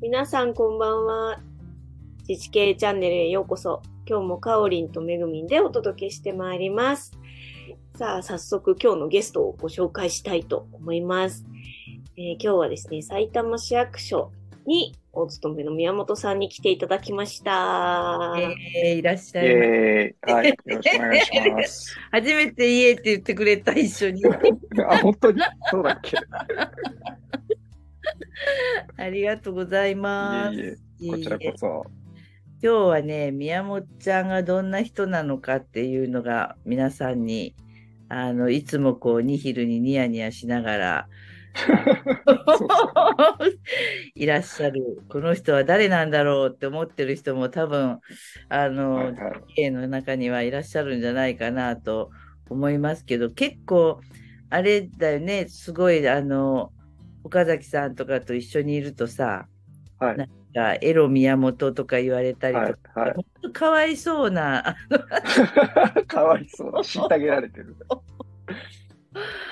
皆さんこんばんは。自治系チャンネルへようこそ。今日もかおりんとめぐみんでお届けしてまいります。さあ、早速今日のゲストをご紹介したいと思います。えー今日はですね、埼玉市役所にお勤めの宮本さんに来ていただきました。えーいらっしゃイいませ。エーイはい、よろしくお願いし ます。初めて家って言ってくれた、一緒 に。あ、本当にそうだっけありがとうございます。いえいえ、こちらいえいこえそ。今日はね、宮本ちゃんがどんな人なのかっていうのが、皆さんに、あの、いつもこう、ニヒルにニヤニヤしなが ら、そうそ いらっしゃる。この人は誰なんだろうって思ってる人も多分、あうの、はいはい家の中にはいらっしゃるんじゃないかなと思いますけど結構あれだよねすごいあの岡崎さんとかと一緒にいるとさはいなんかエロ宮本とか言われたりとはか、いは。かわいそうない かわいそうだ。虐げられてる。こ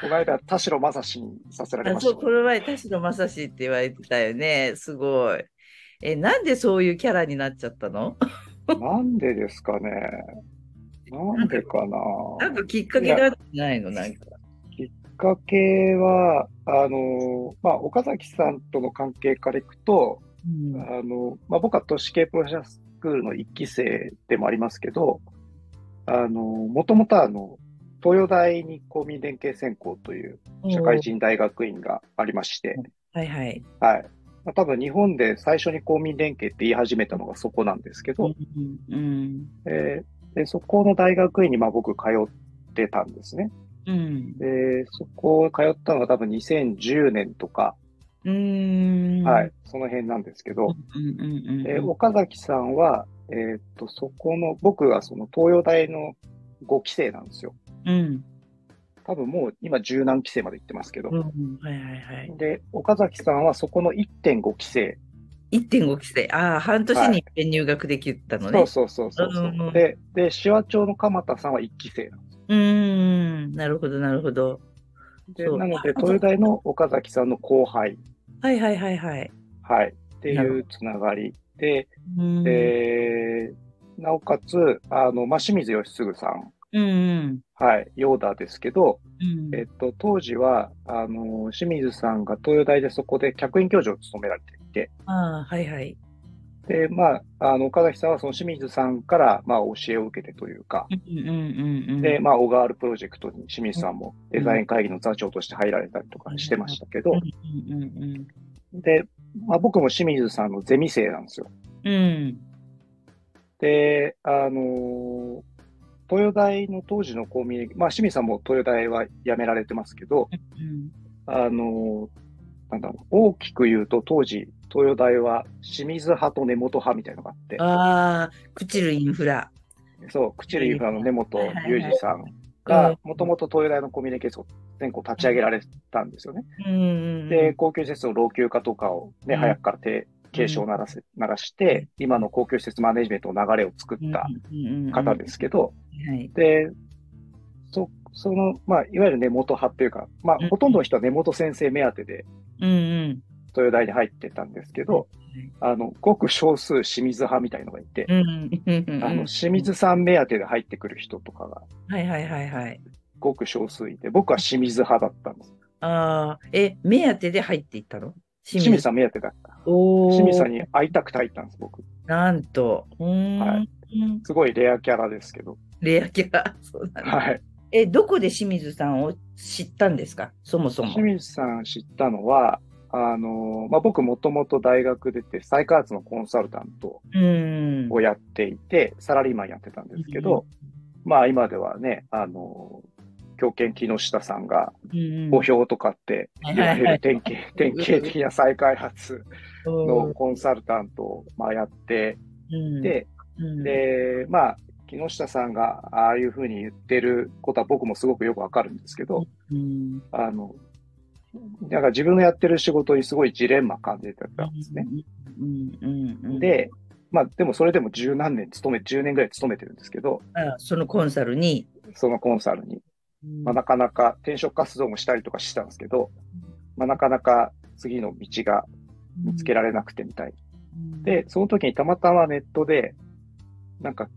の間、田代正史にさせられあまそしうたこ。の前田代正史って言われてたよねすごいえなんでそういうキャラになっちゃったのなんでですかね。なんでかな。なんかきっかけがあるんじゃないのなんかきっかけは、あの、まあ、岡崎さんとの関係からいくと、うんあの、まあ、僕は都市系プロフェッショナルスクールの一期生でもありますけど、あの、もともとあの、東洋大に公民連携専攻という社会人大学院がありまして、はいはい、はい。まあ、多分日本で最初に公民連携って言い始めたのがそこなんですけど、うんうんえーでそこの大学院にまあ僕通ってたんですね。うんで、そこを通ったのが多分2010年とか、うーんはい、その辺なんですけど、うんうんうんうんえー岡崎さんは、えーっと、そこの、僕はその東洋大の5期生なんですよ。うん。多分もう今十何期生まで行ってますけど。うん。はいはいはい。で、岡崎さんはそこの1.5期生。 1.5期生。ああ、半年はいに一遍入学できたのね。そうそうそうそうそう、うんうんうんで、で、手話町の鎌田さんは1期生なんです。うーん。なるほどなるほど。で、そうなので、東洋大の岡崎さんの後輩、はいはいはいはい。はい、ってないるうつながりで、うーん。で、なおかつ、あの、まあ、清水義嗣さん、うんうん。はい、ヨーダーですけど、うん。えっと、当時は、あの、清水さんが東洋大でそこで客員教授を務められていて、ああ、はいはい。で、まあ、あの、岡崎さんはその清水さんから、まあ、教えを受けてというか、うんうんうんうん。で、まあ、オガールプロジェクトに清水さんもデザイン会議の座長として入られたりとかしてましたけどう、んうんうんで、まあ、僕も清水さんのゼミ生なんですよ。うん。うん。で、あの東洋大の当時の公民、まあ、清水さんも東洋大は辞められてますけど、うん。あの、なんだろう、大きく言うと当時、東洋大は清水派と根本派みたいなのがあって、ああ、朽ちるインフラ。そう、口里由布の根本はいはいはい裕二さんうんが、もともと東洋大のコミュニケーション全校立ち上げられたんですよね。うんうんうん。で、公共施設の老朽化とかをね、うん早くからて警鐘を鳴らせ、鳴らして、今の公共施設マネジメントの流れを作った方ですけど、うんうんうん。はい。で、そ、その、まあ、いわゆる根本派っていうか、まあうん、ほとんどの人は根本先生目当てで、うんうん。豊大に入ってたんですけど、あの、ごく少数清水派みたいのがいて、うんうんうん。あの、清水さん目当てで入ってくる人とかがはいはいはいはい。ごく少数いて、僕は清水派だったんです。ああ、え、目当てで入っていったの清清水さん目当てだった。おー清水さんに会いたくて入ったんです、僕。なんと。うーん、はいすごいレアキャラですけど。レアキャラ。 そうなんだはい。え、どこで清水さんを知ったんですかそもそも。清水さん知ったのは、あの、まあ、僕もともと大学出て、再開発のコンサルタントうん。をやっていて、サラリーマンやってたんですけど、まあ、今ではね、あの、狂犬木下さんがうん墓標とかって言われる典型典型的な再開発のコンサルタントをまあやってうん、て、うん、で、まあ、木下さんがああいうふうに言ってることは僕もすごくよくわかるんですけど、うん、あの、だから自分のやってる仕事にすごいジレンマ感じてたんですね。うん。うんうん、うん、で、まあでもそれでも十何年勤め、10年ぐらい勤めてるんですけど、あそのコンサルに。そのコンサルに。まあ、なかなか転職活動もしたりとかしてたんですけど、まあ、なかなか次の道が見つけられなくてみたいで、その時にたまたまネットで、なんか、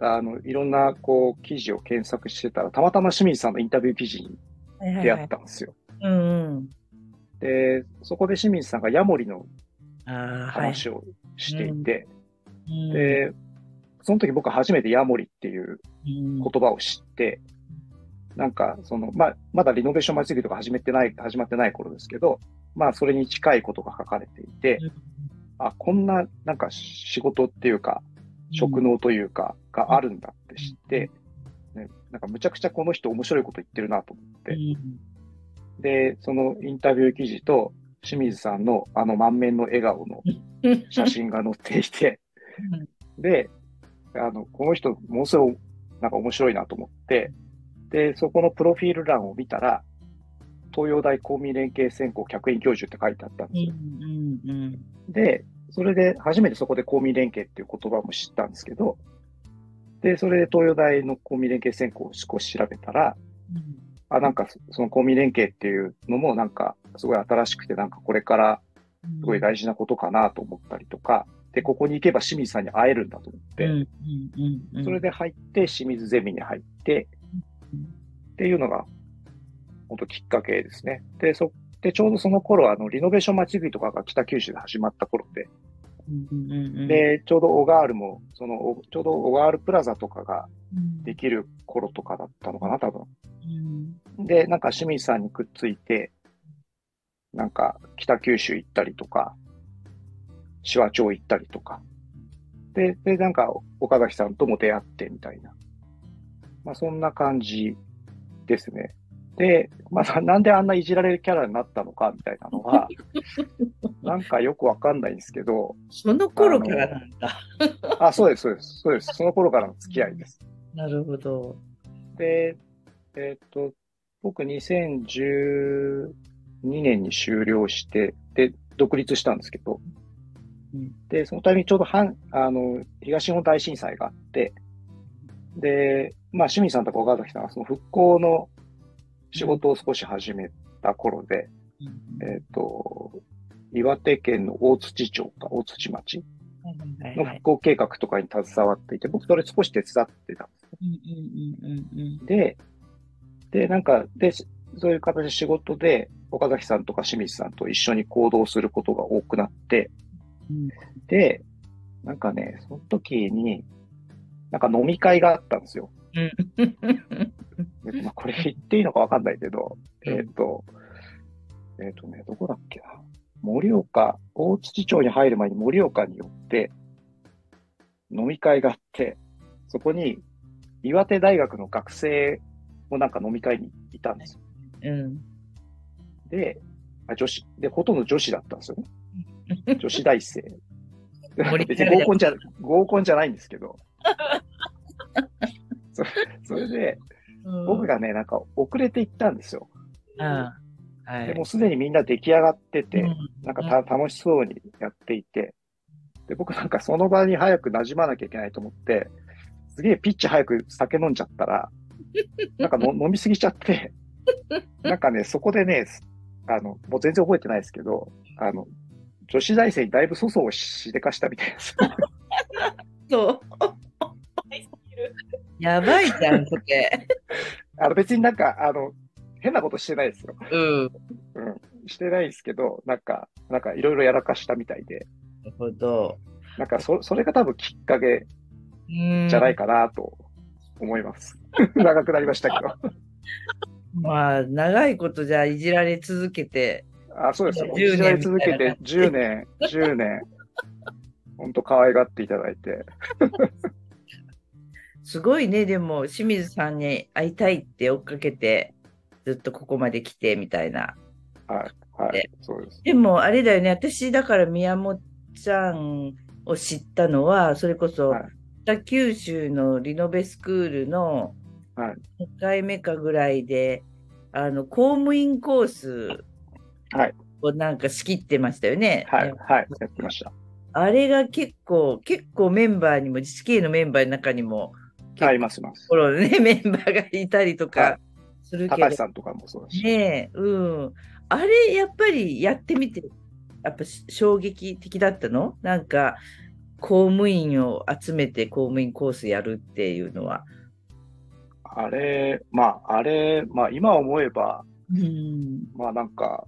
あの、いろんな、こう、記事を検索してたら、たまたま清水さんのインタビュー記事にはいはい出はい会ったんですよ。うんうん。で、そこで清水さんがヤモリのああ、はい。話をしていて、うん、で、その時僕は初めてヤモリっていううん言葉を知って、なんか、その、まあ、まだリノベーション祭りとか始めてない、始まってない頃ですけど、まあ、それに近いことが書かれていて、あ、こんな、なんか仕事っていうか、職能というか、があるんだって知って、ね、なんかむちゃくちゃこの人面白いこと言ってるなと思って、うんで、そのインタビュー記事と、清水さんのあの満面の笑顔の写真が載っていて、で、あの、この人、ものすごい、なんか面白いなと思って、で、そこのプロフィール欄を見たら、東洋大公民連携専攻客員教授って書いてあったんうですよ。んうんうんで、それで、初めてそこで公民連携っていう言葉も知ったんですけど、で、それで東洋大の公民連携専攻を少し調べたら、うんあ、なんかそ、その公民連携っていうのも、なんか、すごい新しくて、なんかこれからすごい大事なことかなと思ったりとか、で、ここに行けば清水さんに会えるんだと思って、うんうんうんうんそれで入って、清水ゼミに入って、うんっていうのが、本当きっかけですね。で、そ、で、ちょうどその頃、あの、リノベーション街ぐいとかが北九州で始まった頃で、うんうんうんうん、で、ちょうどオガールも、その、おちょうどオガールプラザとかがうんできる頃とかだったのかな、多分。うんで、なんか清水さんにくっついて、なんか北九州行ったりとか、紫波町行ったりとか。で、で、なんか岡崎さんとも出会ってみたいな。まあそんな感じですね。で、まあななんであんないじられるキャラになったのかみたいな のは、なんかよくわかんないんですけど、その頃からなんだ。あ、そうです、そうです、そうです。その頃からの付き合いです。なるほど。で、えっ、と、僕2012年に終了して、で、独立したんですけど、うんで、そのタイミングちょうど半あの東日本大震災があって、で、まあ、清水さんとか岡崎さんはその復興の仕事を少し始めた頃で、うんえっ、と、岩手県の大槌町か、大槌町はいのはいは復い興計画とかに携わっていて、僕それ少し手伝ってたんですうんうんうんうんで、で、なんか、で、しそういう形で仕事で、岡崎さんとか清水さんと一緒に行動することが多くなって、うんで、なんかね、その時に、なんか飲み会があったんですよ。うんでまあ、これ言っていいのかわかんないけど、うんえっ、と、えっ、とね、どこだっけな。盛岡、大槌町に入る前に盛岡に寄って、飲み会があって、そこに岩手大学の学生もなんか飲み会にいたんですよ。うんで、あ女子、で、ほとんど女子だったんですよね。女子大生。盛り別上にがる合コンじゃ、合コンじゃないんです けど。そそれうで、ん僕がね、なんか遅れて行ったんですよ。ああはいでもうすでにみんな出来上がってて、うんなんかた楽しそうにやっていて、で、僕なんかその場に早く馴染まなきゃいけないと思って、すげえピッチ早く酒飲んじゃったら、なんかの飲みすぎちゃって、なんかね、そこでね、あの、もう全然覚えてないですけど、あの、女子大生にだいぶ粗相をしでかしたみたいなん ですそうよ。やばいじゃんそ れあの別になんか、あの、変なことしてないですよ。うんなしてないですけど、なんか、なんかいろいろやらかしたみたいで、るほどなんかそ、それが多分きっかけうんじゃないかなと思います。 長くなりましたけど。まあ長いことじゃいじられ続けてあ、そうですよ。 10一年年続けて10年、10年、本当可愛がっていただいて。すごいねでも清水さんに会いたいって追っかけてずっとここまで来てみたいなはい、はえい、そうです。でもあれだよね私だから宮本ちゃんを知ったのはそれこそはい北九州のリノベスクールのはい1回目かぐらいであの公務員コースはいをなんか仕切ってましたよね。はい、はい、やってました。あれが結構結構メンバーにも GK のメンバーの中にも構はい、います、います。フォローのねメンバーがいたりとはかするけど、高橋さんとかもそうだし。ねえ、うん。あれ、やっぱりやってみてやっぱし衝撃的だったのなんか公務員を集めて公務員コースやるっていうのは。あれ、まあ、あれ、まあ、今思えば、うんまあ、なんか、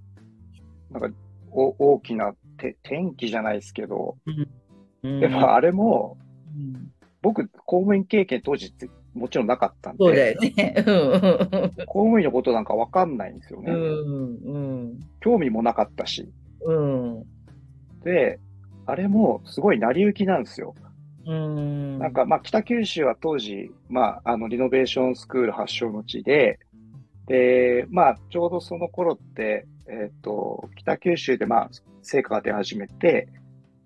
なんか、お大きなて転機じゃないですけど、うんやっぱあれも、うん僕、公務員経験当時ってもちろんなかったんで、そうだよね。うん公務員のことなんかわかんないんですよね。うん興味もなかったし。うんで、あれもすごい成り行きなんですよ。うんなんか、まあ、北九州は当時、まあ、あの、リノベーションスクール発祥の地で、で、まあ、ちょうどその頃って、えっ、と、北九州で、まあ、成果が出始めて、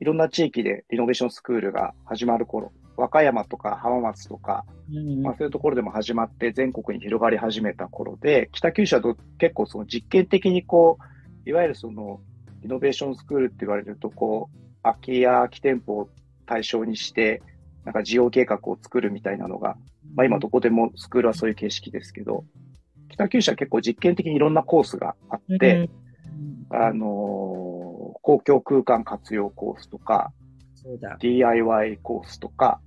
いろんな地域でリノベーションスクールが始まる頃、和歌山とか浜松とか、うんまあ、そういうところでも始まって全国に広がり始めた頃で、北九州はど結構その実験的にこう、いわゆるそのイノベーションスクールって言われると、こう、空き家、空き店舗を対象にして、なんか事業計画を作るみたいなのが、まあ今どこでもスクールはそういう形式ですけど、北九州は結構実験的にいろんなコースがあって、うんあのー公共空間活用コースとか、そうだ DIY コースとか、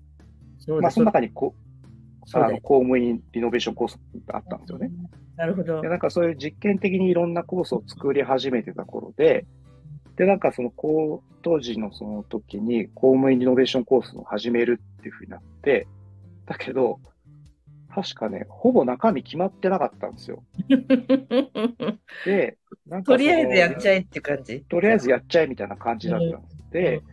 そうまだあその中にこう、そうあだの公務員リノベーションコースがあったんですよね。。なるほどで、。なんかそういう実験的にいろんなコースを作り始めてた頃で、で、なんかその、こう、当時のその時に公務員リノベーションコースを始めるっていうふうになって、だけど、確かね、ほぼ中身決まってなかったんですよ。で、なんかとそのりあえずやっちゃえっていう感じ。とりあえずやっちゃえみたいな感じだったんです。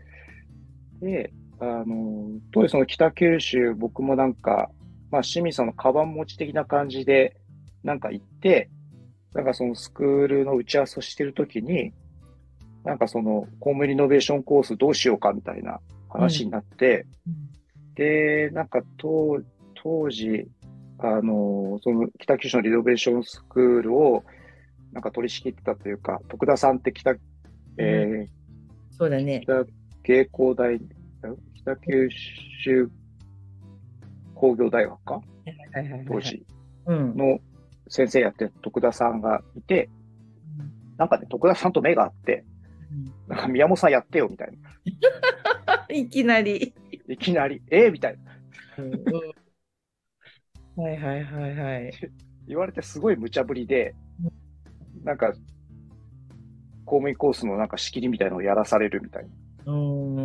で、で、あの、当時その北九州、僕もなんか、まあ、清水さんのカバン持ち的な感じで、なんか行って、なんかそのスクールの打ち合わせをしてるときに、なんかその公務員リノベーションコースどうしようかみたいな話になって、で、なんか当当時、あの、その北九州のリノベーションスクールを、なんか取り仕切ってたというか、徳田さんって北、えーそうだね。北芸工大、ん北九州工業大学かはいはいはいはい当時うん。の先生やってる徳田さんがいて、なんかね、徳田さんと目があって、なんか宮本さんやってよみたいな。いきなり。いきなり、えー、みたいな。はいはいはいはい。言われてすごい無茶ぶりで、なんか、公務員コースのなんか仕切りみたいなのをやらされるみたいな。うー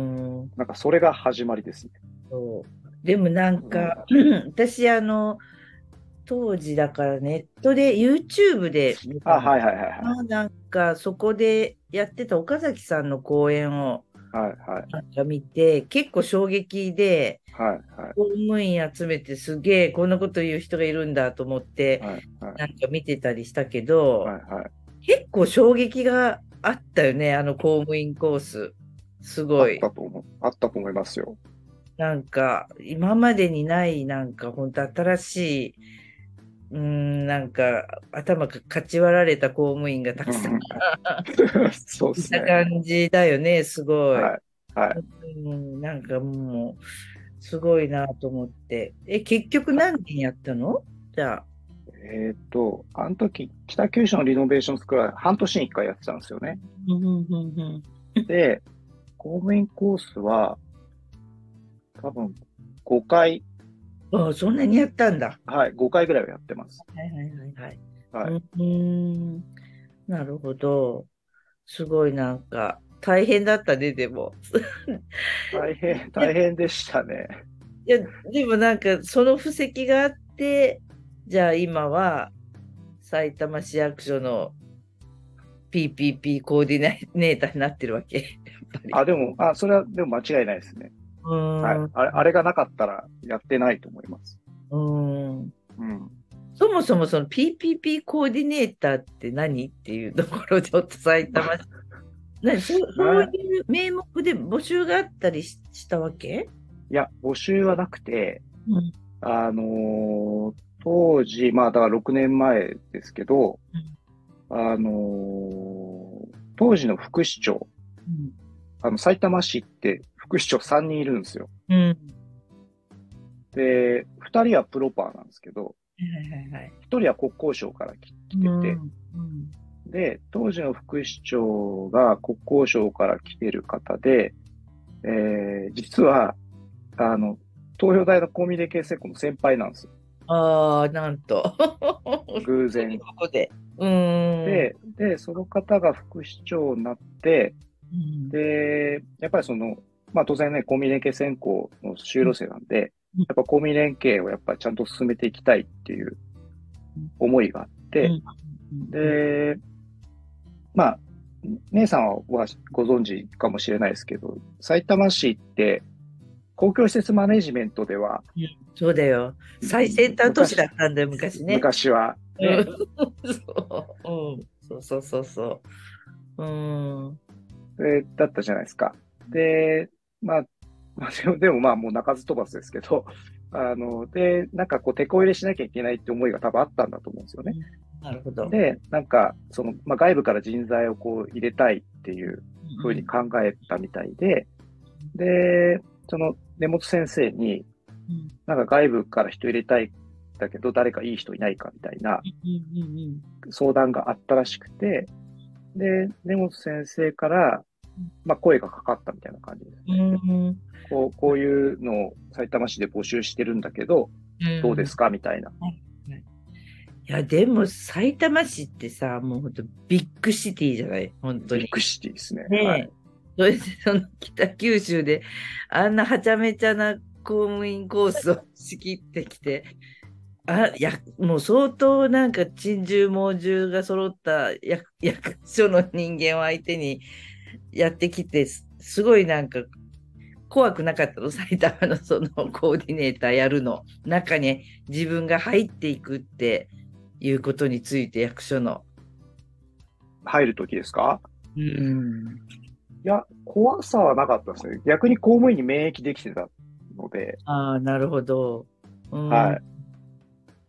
ん。なんかそれが始まりですね。そうでもなんか、私あの当時だからネットで YouTube で見あ、たのはいはいはいはあなんかそこでやってた岡崎さんの講演をい。はいはいなんか見て結構衝撃ではいはい。公務員集めてすげえこんなこと言う人がいるんだと思って、はいはいなんか見てたりしたけど、はいはい。結構衝撃があったよねあの公務員コースすごいあったと思う。あったと思いま すよ。なんか今までにないなんか本当新しいうんなんか頭がかち割られた公務員がたくさんいそうですたね。感じだよねすごい、はい。はい。うん、なんかもうすごいなと思ってえ結局何年やったのじゃあえっ、と、あの時、北九州のリノベーションスクールは半年に1回やってたんですよ ね。で、公務員コースは、多分、5回、あそんなにやったんだはい、5回ぐらいはやってます。はいはいはいはいはい。うーん、なるほど。すごいなんか、大変だったね、でも。大変、大変でしたね。いや、でもなんか、その布石があって、じゃあ今は、埼玉市役所の PPP コーディネーターになってるわけ。やっぱり。あ、でも、あ、それは、でも間違いないですね。うーん、はい。あれ、あれがなかったらやってないと思います。うーん。うん。そもそもその PPP コーディネーターって何っていうところちょっと埼 玉市。何そうそういう名目で募集があったりししたわけいや、募集はなくて、うんあのー当時、まあだから6年前ですけど、あのー当時の副市長、あの、埼玉市って副市長3人いるんですよ。うん。はで、2人はプロパーなんですけど、いはいはい。 1人は国交省から来来てて、うんで、当時の副市長が国交省から来てる方で、えー実は、あの、東洋大のコミュニケーション校の先輩な んですよ。ああ、なんと。偶然。ここで。うーん。で、で、その方が副市長になって、うん、で、やっぱりその、まあ当然ね、コミ連携専攻の修路生なんで、うんやっぱコミ連携をやっぱちゃんと進めていきたいっていう思いがあって、うん、で、まあ、姉さんはご存知かもしれないですけど、埼玉市って公共施設マネジメントではそうだよ。最先端都市だったんだよ、昔ね。昔は、ねうんそううん、そうそうそうそう。うーん。えーだったじゃないですか。で、まあ、 まあでもでもまあもう鳴かず飛ばずですけど、 あの、で、なんかこう、手こ入れしなきゃいけないって思いが多分あったんだと思うんですよね。なるほど。で、なんか、その、まあ外部から人材をこう入れたいっていうふうに考えたみたいで、で、その根本先生に、うんなんか外部から人入れたいんだけど、誰かいい人いないかみたいなうんうんうん相談があったらしくて、で、根本先生から、まあ声がかかったみたいな感じです。うんこうこういうのを埼玉市で募集してるんだけど、うんどうですかみたいな。いや、でも、埼玉市ってさ、もう本当ビッグシティじゃない本当ビにッ。グシティですね。ねえはい、それで、その北九州で、あんなはちゃめちゃな公務員コースを仕切ってきて、あ、いや、もう相当なんか珍獣猛獣が揃った役役所の人間を相手にやってきて、すすごいなんか、怖くなかったの 埼玉のそのコーディネーターやるの中に自分が入っていくっていうことについて役所の。入るときですかうん、いや、怖さはなかったですね。逆に公務員に免疫できてたので、ああ、なるほど。うんはい。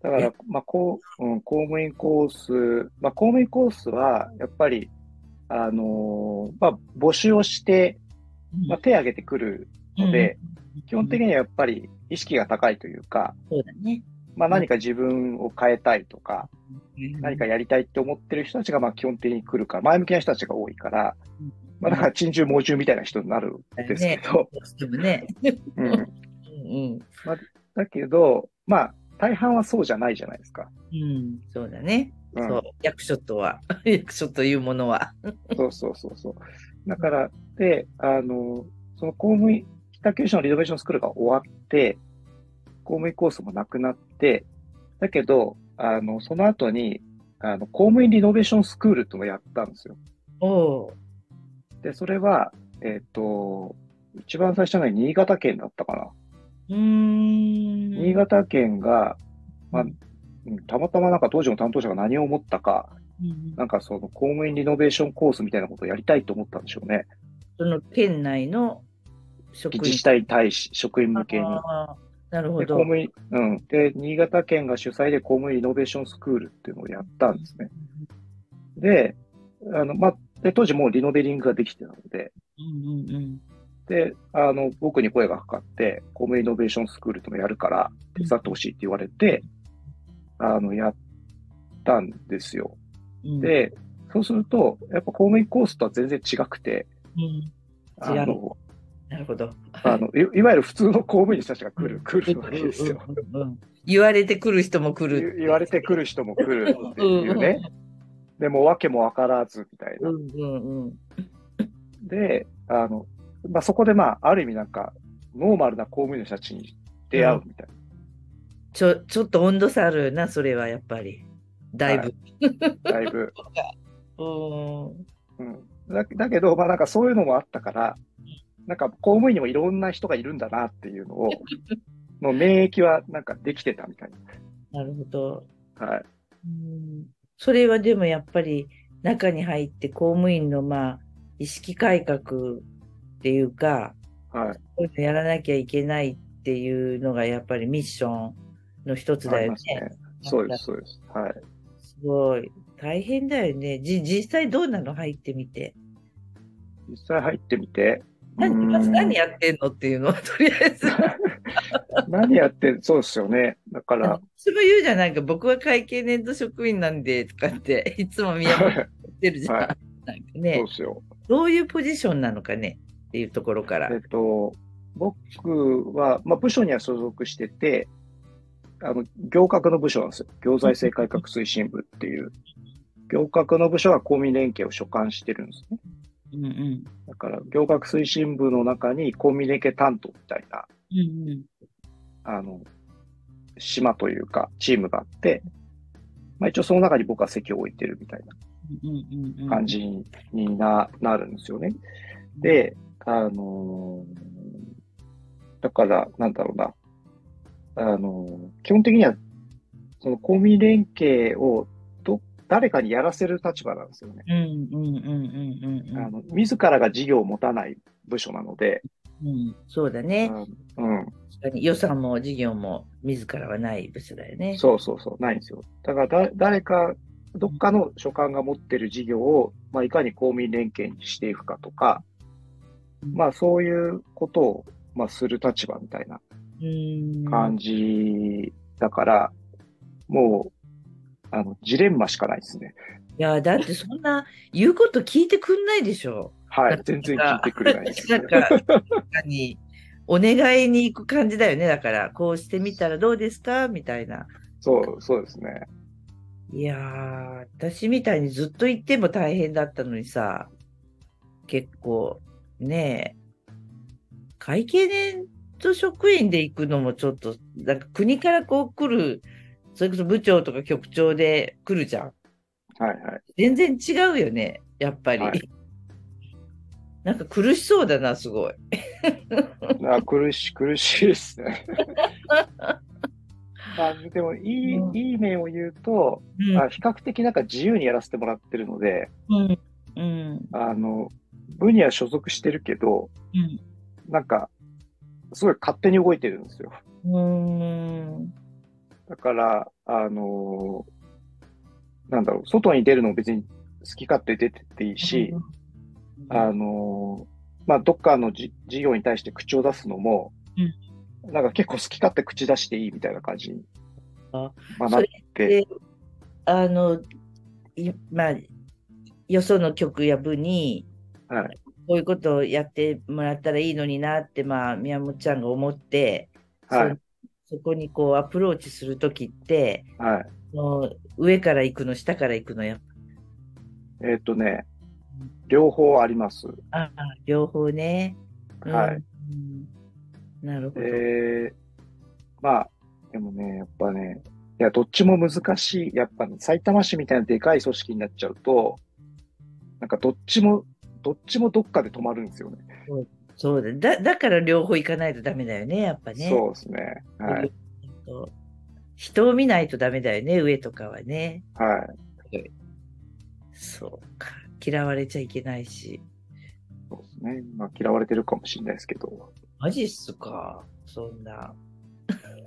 だかいやら、まあこううん、公務員コース、まあ、公務員コースは、やっぱり、あのーまあ、募集をして、まあ、手を挙げてくるので、基本的ににはやっぱり意識が高いというか、そうだね。まあ、何か自分を変えたいとか、何か、かやりたいって思ってる人たちがまあ基本的に来るから、前向きな人たちが多いから、うんまあ、だから珍獣猛獣みたいな人になるんですけど、どうしてもね。うん、うんだけど、まあ、大半はそうじゃないじゃないですか。うん、うん、そうだね。うんそう、役所とは、 役所というものは。 そうそうそうそう。だから、で、あの、その公務員、北九州のリノベーションスクールが終わって、公務員コースもなくなって、だけど、あの、その後に、あの、公務員リノベーションスクールっていうのをやったんですよ。おうで、それは、えっ、と、一番最初の新潟県だったかうーな。ん。新潟県が、まあ、うんたまたまなんか当時の担当者が何を思ったか、うんなんかその公務員リノベーションコースみたいなことをやりたいと思ったんでしょうね。その県内の職員。自治体対し、職員向けに。あーなるほで、公ど。務員、うん。で、新潟県が主催で公務員リノベーションスクールっていうのをやったんですね。で、あの、まあ、で、当時もうリノベリングができてたので、うんうんうん。で、あの、僕に声がかかって、公務員イノベーションスクールともやるから、手伝ってほしいって言われて、あの、やったんですよ。うん、で、そうすると、やっぱ公務員コースとは全然違くて、うんあ違うの、なるほど。あのいいわゆる普通の公務員の人たちが来る、来るわけですよ。うんうんうん言われてくる人も来言る。言われて来る人も来るっていうね。でも、訳もわからずみたいなう。んうんうん。で、あの、まあ、そこでまあ、ある意味なんか、ノーマルな公務員の人たちに出会うみたいな。ちょ、ちょっと温度差あるよな、それはやっぱり。だいぶ。 だいぶ。うんうんだだけど、まあなんかそういうのもあったから、なんか公務員にもいろんな人がいるんだなっていうの を、の免疫はなんかできてたみたいなるほど。な。はい。うんそれはでもやっぱり中に入って公務員のまあ意識改革っていうか、はい。こういうのやらなきゃいけないっていうのがやっぱりミッションの一つあだりよまね。すね。そうです、そうです。はい。すごい。大変だよね。じ、実際どうなの入ってみて。実際入ってみて。何、うーんまず何やってんのっていうのは、とりあえず。何やってんそうですよね。だ から、いつも言うじゃんないか、僕は会計年度職員なんで、とかって、いつも宮本はっってるじゃん。はいなんかそうねで、すよ。どういうポジションなのかねっていうところから。えっと、僕は、まあ、部署には所属してて、あの、行革の部署なんですよ。行財政改革推進部っていう。行革の部署は公民連携を所管してるんですね。うんうんだから、行革推進部の中に公民連携担当みたいな、うんうんあの、島というか、チームがあって、まあ一応その中に僕は席を置いてるみたいうんうんうんな感じにな,、なるんですよね。で、あのーだから、なんだろうな。あのー基本的には、その公民連携をど、誰かにやらせる立場なんですよね。うんうんうんうんうんうんあの、自らが事業を持たない部署なので、うんそうだうね。ん、うん確かに予算も事業も自らはない部署だよね。そうそうそう、ないんですよ。だからだ、誰か、どっかの所管が持ってる事業を、まあ、いかに公民連携にしていくかとか、まあ、そういうことを、まあ、する立場みたいなうん感じだから、もう、あの、ジレンマしかないですね。いやだってそんな言うこと聞いてくんないでしょ。はいな。全然聞いてくれないです、なねん。か、確かにお願いに行く感じだよね。だから、こうしてみたらどうですかみたいな。 そう、そうですね。いやー、私みたいにずっと行っても大変だったのにさ、結構、ねえ、会計年と職員で行くのもちょっと、なんか国からこう来る、それこそ部長とか局長で来るじゃん。はいはい。全然違うよね、やっぱり。はいなんか苦しそうだな、すごい。あ苦しい、苦しいで すね。まあ、でも、いい、うんいい面を言うと、うんまあ、比較的なんか自由にやらせてもらってるので、うん。うん。あの、部には所属してるけど、うんなんか、すごい勝手に動いてるんですよ。うーん。だから、あのーなんだろう、外に出るのも別に好き勝手出てっていいし、あのーまあ、どっかのじ事業に対して口を出すのも、なんか結構好き勝手口出していいみたいな感じに、あまあ、そなっれて、あの、いまあ、よその曲や部に、はいこういうことをやってもらったらいいのになって、まあ、宮本ちゃんが思って、はい、そそこにこうアプローチするときって、はい。もう上から行くの、下から行くの、やっえーっ、とね、両方あります。ぱ、ああ両方ね。うんはい。うんなるほど。えー、まあ、でもね、やっぱね、いや、どっちも難しい。やっぱね、埼玉市みたいなでかい組織になっちゃうと、なんかどっちも、どっちもどっかで止まるんですよね。そうだだ。だから両方行かないとダメだよね、やっぱね。そうですね。はい。うん人を見ないとダメだよね、上とかはね。はい。そうか。嫌われちゃいけないし。そうですね。まあ、嫌われてるかもしれないですけど。マジっすか。そんな。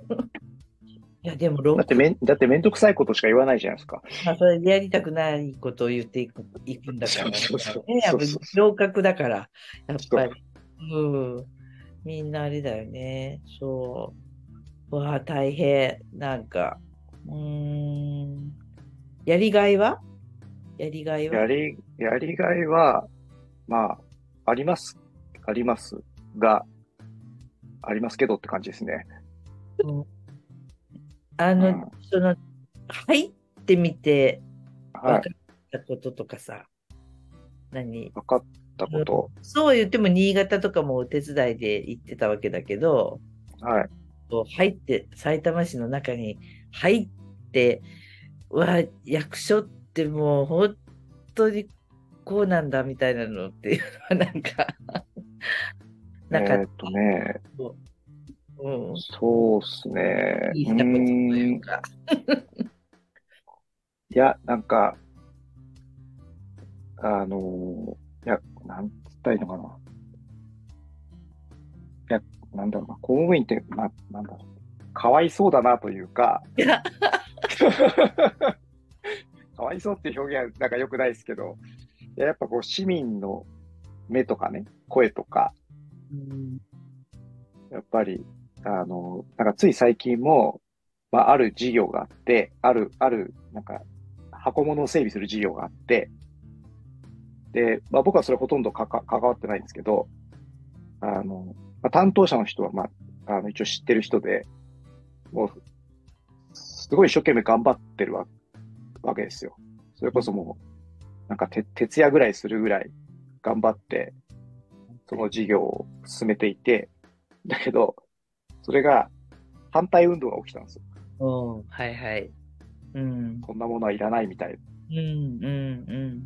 いや、でも、ロだってめん、だってめんどくさいことしか言わないじゃないですか。まあそれでやりたくないことを言っていくいくんだから、ね。そうそうそうねやっぱそうそう上格だから、やっぱりそ。うん。みんなあれだよね。そう。わあ、大変。なんか。うーん。やりがいはやりがいやはり、やりがいは、まあ、あります。ありますが、ありますけどって感じですね。あの、うんその、入ってみては分いか。ったこととかさ。何分かったこと。そうは言っても新潟とかもお手伝いで行ってたわけだけど、はい。こう入って、埼玉市の中に入って、うわ、役所ってもう本当にこうなんだみたいなのっていうのはなん か、なんか、えーっとね、うん、そうですね。いいしたことといううん か。いや、なんか、あのーいや、なんつったらいいのかな。いや、なんだろうな、公務員って、な、なんだろう、かわいそうだなというか、 いやかわいそうっていう表現はなんか良くないですけど、いややっぱこう、市民の目とかね、声とか、うんやっぱり、あの、なんかつい最近も、まあ、ある事業があって、ある、ある、なんか、箱物を整備する事業があって、で、まあ、僕はそれほとんどかか関わってないんですけど、あの、まあ、担当者の人は、まあ、あの一応知ってる人で、もう、すごい一生懸命頑張ってるわわけですよ。それこそもう、なんかて徹夜ぐらいするぐらい頑張って、その事業を進めていて、だけど、それが反対運動が起きたんですよ。おーはいはい。うん。こんなものはいらないみたいうんうんな。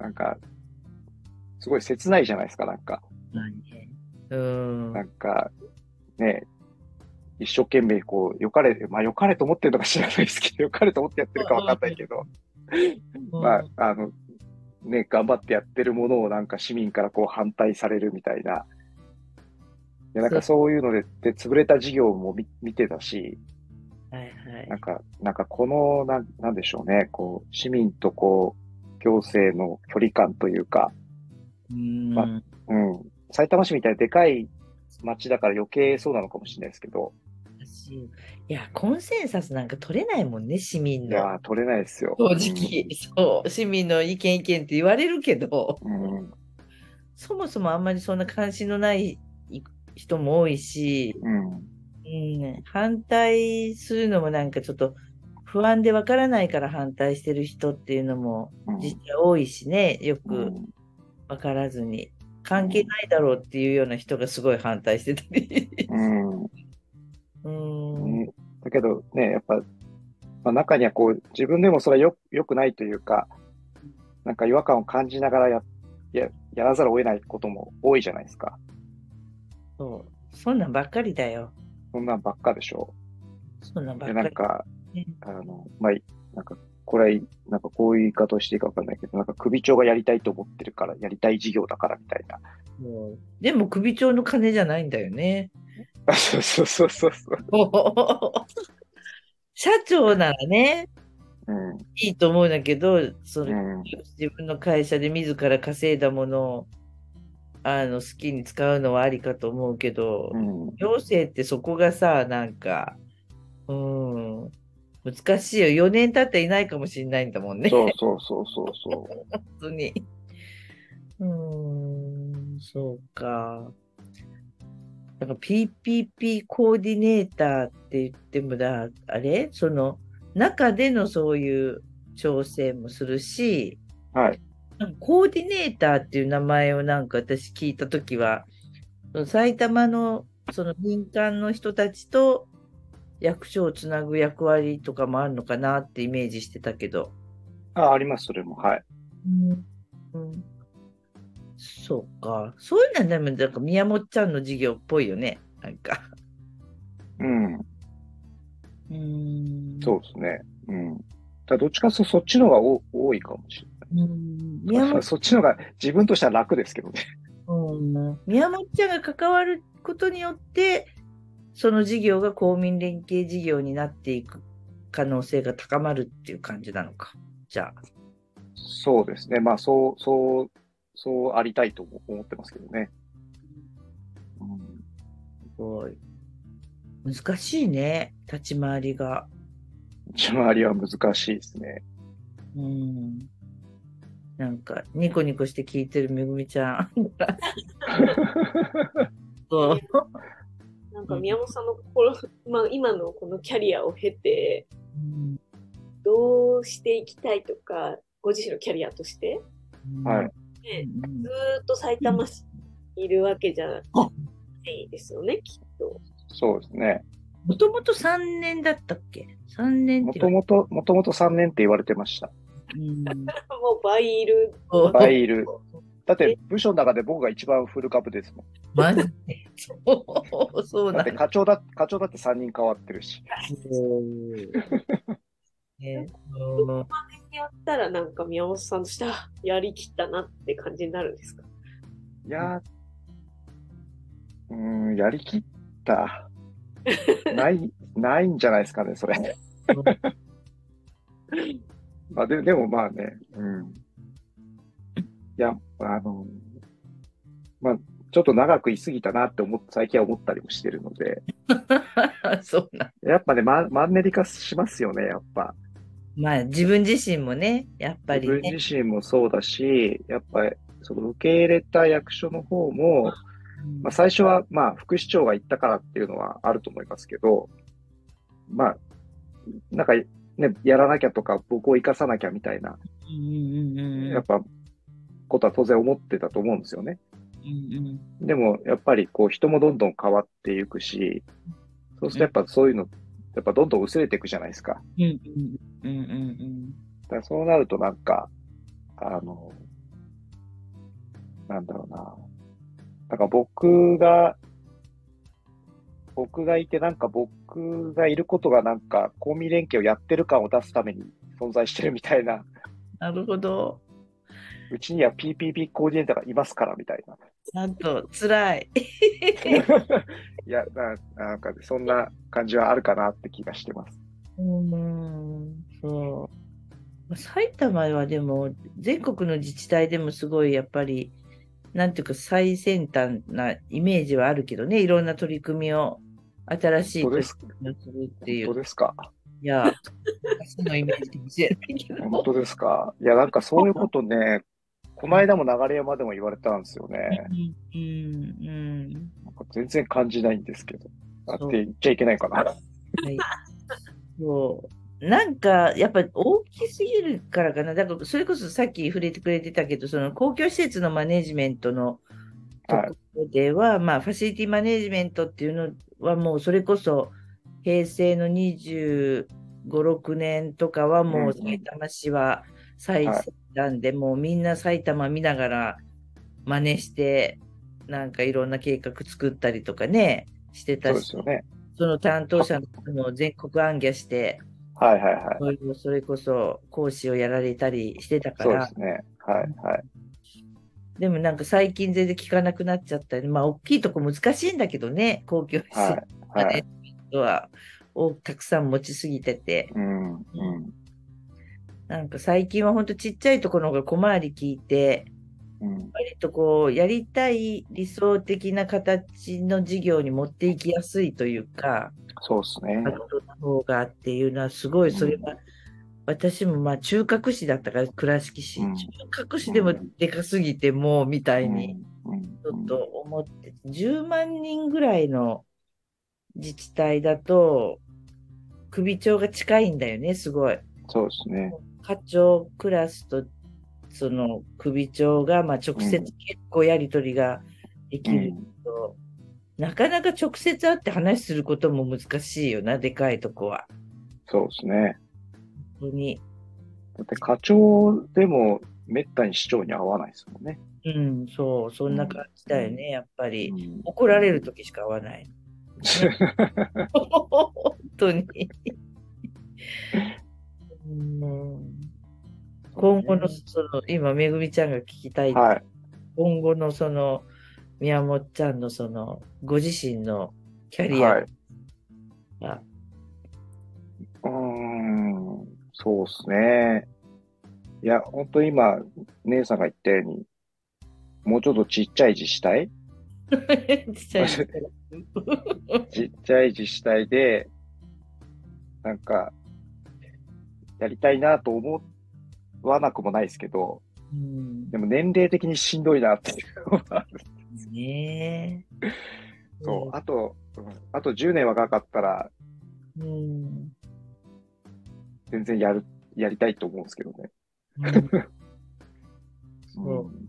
なんか、すごい切ないじゃないですか、なんか。うん。まあね。うん。なんか、ねえ、一生懸命こう、良かれ、まあ良かれと思ってるのか知らないですけど、 良かれと思ってやってるかわかんないけど、まあ、あの、ね、頑張ってやってるものをなんか市民からこう反対されるみたいな。でなんかそういうので、で、潰れた事業も見見てたし、はいはい。なんか、なんかこの、なんなんでしょうね、こう、市民とこう、行政の距離感というか、うん。まうん、埼玉市みたいなでかい町だから余計そうなのかもしれないですけど、いや、コンセンサスなんか取れないもんね、市民いの。やー、取れないですよ。正直、そう、市民の意見意見って言われるけど、うん。うん。そもそもあんまりそんな関心のない人も多いし、うん。うん、反対するのもなんかちょっと不安でわからないから反対してる人っていうのもうん実際多いしね、ようくんわからずに。関係ないだろうっていうような人がすごい反対してたり。 うん。うん。ね、だけどね、やっぱ、まあ、中にはこう、自分でもそれはよ良くないというか、なんか違和感を感じながらや、や、やらざるを得ないことも多いじゃないですか。そう。そんなんばっかりだよ。そんなんばっかでしょそんなんばっで、かなんり。かね、あの、まあ、いなんか、これ、なんかこういう言い方をしていいかわかんないけど、なんか首長がやりたいと思ってるから、やりたい事業だからみたいな。もうでも首長の金じゃないんだよ ね。あ そうそうそうそうそう。社長ならね、うん。いいと思うんだけど、そのうん。自分の会社で自ら稼いだものをあの好きに使うのはありかと思うけど、うん。行政ってそこがさなんかうん難しいよ4年経っていないかもしれないんだもんねそうそうそうそうそう。本当にうんそうかだから PPP コーディネーターって言ってもだあれその中でのそういう調整もするし、はい。なんかコーディネーターっていう名前をなんか私聞いたときは、その埼玉のその民間の人たちと役所をつなぐ役割とかもあるのかなってイメージしてたけど。あ、あります、それも。はい。うんそうか。そういうのはでもなんか宮本ちゃんの事業っぽいよね。なんか。うん。うんそうですね。うん。だからどっちかというとそっちの方がお多いかもしうん。れ宮ない。本そっちの方が自分としては楽ですけどね。うん宮本ちゃんが関わることによってその事業が公民連携事業になっていく可能性が高まるっていう感じなのかじゃあそうですね。まあ、そう、そう、そうありたいと思思ってますけどね。うん、すごい難しいね立ち回りが一回りは難しいです ね。うんなんかニコニコして聞いてるめぐみちゃんそうなんか宮本さんの心、まあ、今のこのキャリアを経て、うんどうしていきたいとか、ご自身のキャリアとして、はいねうんずーっと埼玉市にいるわけじゃないですよね、きっと。そうですね。もともと3年だったっけ ?3 年っもてともと、もともと3年って言われてました。もう倍いる。とバイル。だって、部署の中で僕が一番フル株ですもん。マジで そうそうなだっんてだ。課長だ、課長だって3人変わってるし。ねやったらなんか宮本さんとしてはやりきったなって感じになるんですかいやー、うーん、やり きった。ない、ないんじゃないですかね、それ。まあで、でもまあね、うん。いや、あの、まあ、ちょっと長く居すぎたなって思っ最近は思ったりもしてるので、 そうなんやっぱね、マンマンネリ化しますよね、やっぱ。うまあ自分自身もね、やっぱ自り分ね。自身もそうだし、やっぱりその受け入れた役所の方も、まあ、最初はまあ副市長が行ったからっていうのはあると思いますけど、まあ、なんかね、やらなきゃとか、僕を生かさなきゃみたいな、うんうんうんうんやっぱ、ことは当然思ってたと思うんですよね。うんうんでも、やっぱりこう人もどんどん変わっていくし、そうするとやっぱそういうの、やっぱどんどん薄れていくじゃないですか。うんうんうんうんだからそうなるとなんか、あの、なんだろうな。なんか僕が、僕がいて、なんか僕がいることがなんか、公民連携をやってる感を出すために存在してるみたいな、なるほど。うちには PPP コーディネーターがいますからみた いな。なんと、辛い。いや、ななんかそんな感じはあるかなって気がしてます。うん、そう。埼玉はでも、全国の自治体でもすごいやっぱり、なんていうか最先端なイメージはあるけどね、いろんな取り組みを新しいそう取でりす組みをするってい本当う。ですかいや、そのイメージかもしれないけ本ど。当ですかいや、なんかそういうことね、この間も流山でも言われたんですよね。うん、うん、なんか全然感じないんですけど。あっそうて言っちゃいけないかな。はい。そう。なんか、やっぱり大きすぎるからかな。だから、それこそさっき触れてくれてたけど、その公共施設のマネジメントのとはいころでは、まあ、ファシリティマネジメントっていうのはもう、それこそ平成の25、6年とかはもううんうん埼玉市は最先端で、もうみんな埼玉見ながら真似して、なんかいろんな計画作ったりとかね、してそうたでしす。よね。その担当者の人も全国暗挙して、はいはいはい。そういうそれこそ講師をやられたりしてたかそうでら、すね。はいはい。でもなんか最近全然聞かなくなっちゃったり、まあ大きいとこ難しいんだけどね、公共施設はいマはネジい。メントは、をたくさん持ちすぎてて、うんうんなんか最近は本当ちっちゃいところの方が小回り聞いて、うん。割とこうやりたい理想的な形の事業に持っていきやすいというか、そうですね。なるほどな方がっていうのはすごいそれは、私もまあ中核市だったから倉敷市、うん中核市でもでかすぎてもうみたいにうんうんちょっと思って、10万人ぐらいの自治体だと首長が近いんだよねすごい。そうですね。課長クラスとその首長がまあ直接うん結構やり取りがでうきるん。けど、なかなか直接会って話することも難しいよなでかいとこは。そうですね。本当に。だって課長でもめったに市長に会わないですもんね。うん、そう、そんな感じだよね、やっぱり。うん怒られる時しか会わない。本当に。うん今後の、その、今、めぐみちゃんが聞きたい、 はい。今後のその、宮本ちゃんのその、ご自身のキャリはア い。が、うーん、そうですね。いや、本当今、姉さんが言ったように、もうちょっとちっちゃい自治体、ちっちゃい時からちっちゃい自治体で、なんか、やりたいなと思わなくもないですけど、うんでも年齢的にしんどいなっていうのはある。ねえそう、あと、あと10年若かったら、うん。全然やる、やりたいと思うんですけどね。うんうそうん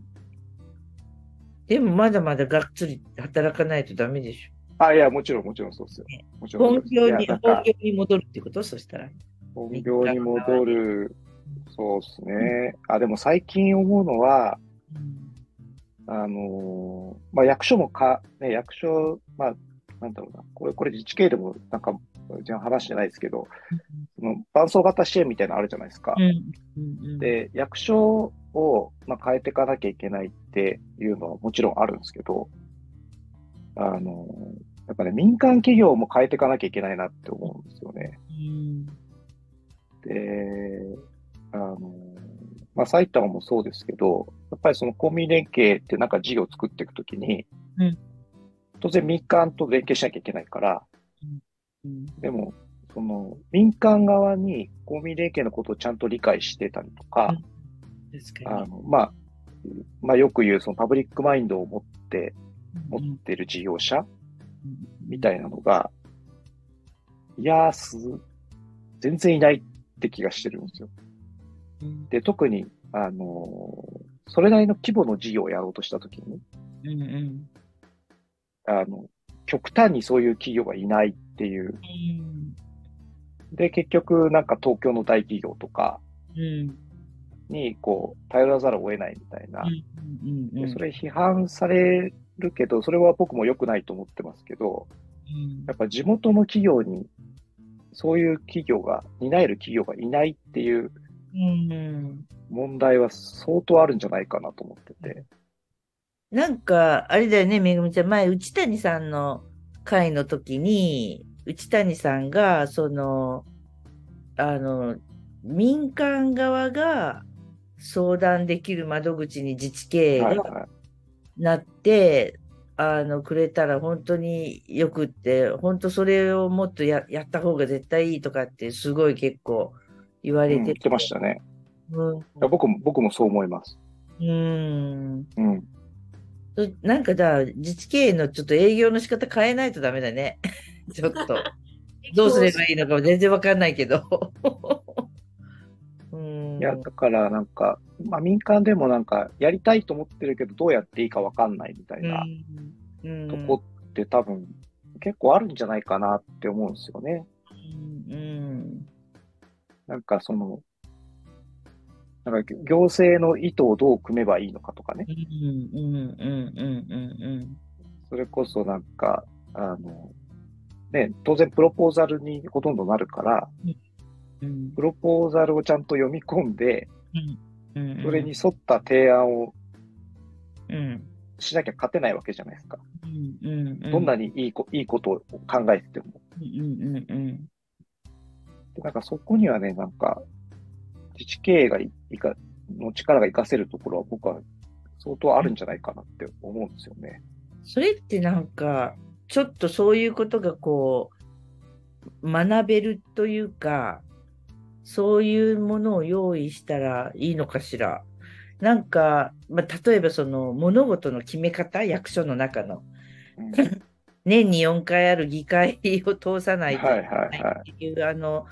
でもまだまだがっつり働かないとダメでしあ、いや、もちろん、もちろんそうですよ。もちょ。ろんも本ちろん。業いに、やなん本か業に戻るってことそしたら。本業に戻る、そうですね。あ、でも最近思うのは、あのーまあ、役所もか、ね、役所、まあ、なんだろうな、これ、これ自治系でも、なんか、じゃあ話してないですけど、その伴走型支援みたいなのあるじゃないですか。うん、で、役所を、まあ、変えていかなきゃいけないっていうのはもちろんあるんですけど、あのーやっぱね、民間企業も変えていかなきゃいけないなって思うんですよね。うんで、あの、まあ、埼玉もそうですけど、やっぱりその公民連携ってなんか事業を作っていくときに、うん当然民間と連携しなきゃいけないから、うんでも、その民間側に公民連携のことをちゃんと理解してたりとか、確あかに。のまあ、まあ、よく言うそのパブリックマインドを持って、う持っんてる事業者みたいなのが、いやーす、全然いないって気がしてるんですよ。うんで、特に、あのーそれなりの規模の事業をやろうとしたときに、うんうんあの、極端にそういう企業がいないっていう。うんで、結局、なんか東京の大企業とかうんに、こう、頼らざるを得ないみたいな。うんうんでそれ批判されるけど、それは僕も良くないと思ってますけど、うんやっぱ地元の企業に、そういう企業が、担える企業がいないっていううん問題は相当あるんじゃないかなと思ってて。なんか、あれだよね、めぐみちゃん。前、内谷さんの会の時に、内谷さんが、その、あの、民間側が相談できる窓口に自治経営はいがはなって、あの、くれたら本当によくって、本当それをもっとややった方が絶対いいとかって、すごい結構言わい。れうんて言ってましたね。うんいや僕も、僕もそう思います。うん。うん。そなんかだ、自治経営のちょっと営業の仕方変えないとダメだね。 ちょっと。どうすればいいのかも全然わかんないけど。 うん。いや、だからなんか、まあ民間でもなんか、やりたいと思ってるけど、どうやっていいかわかんないみたいなうん、とこって多分、結構あるんじゃないかなって思うんですよね。うん、うん。なんかその、なんか行政の意図をどう組めばいいのかとかね。うん、うん、うん、うん、うんそれこそなんか、あの、ね、当然プロポーザルにほとんどなるから、うん。プロポーザルをちゃんと読み込んで、うん。それに沿った提案をうん、しなきゃ勝てないわけじゃないですか。うん、うん、うん。どんなにいいこいいことを考えてても。うん、うん、うん、でなんかそこにはね、なんか、自治経営がいいかの力が活かせるところは僕は相当あるんじゃないかなって思うんですよね。それってなんか、ちょっとそういうことがこう、学べるというか、そういうものを用意したらいいのかしら。なんか、まあ、例えばその物事の決め方、役所の中の、うん、年に4回ある議会を通さないとはいはいはいっていう、あの、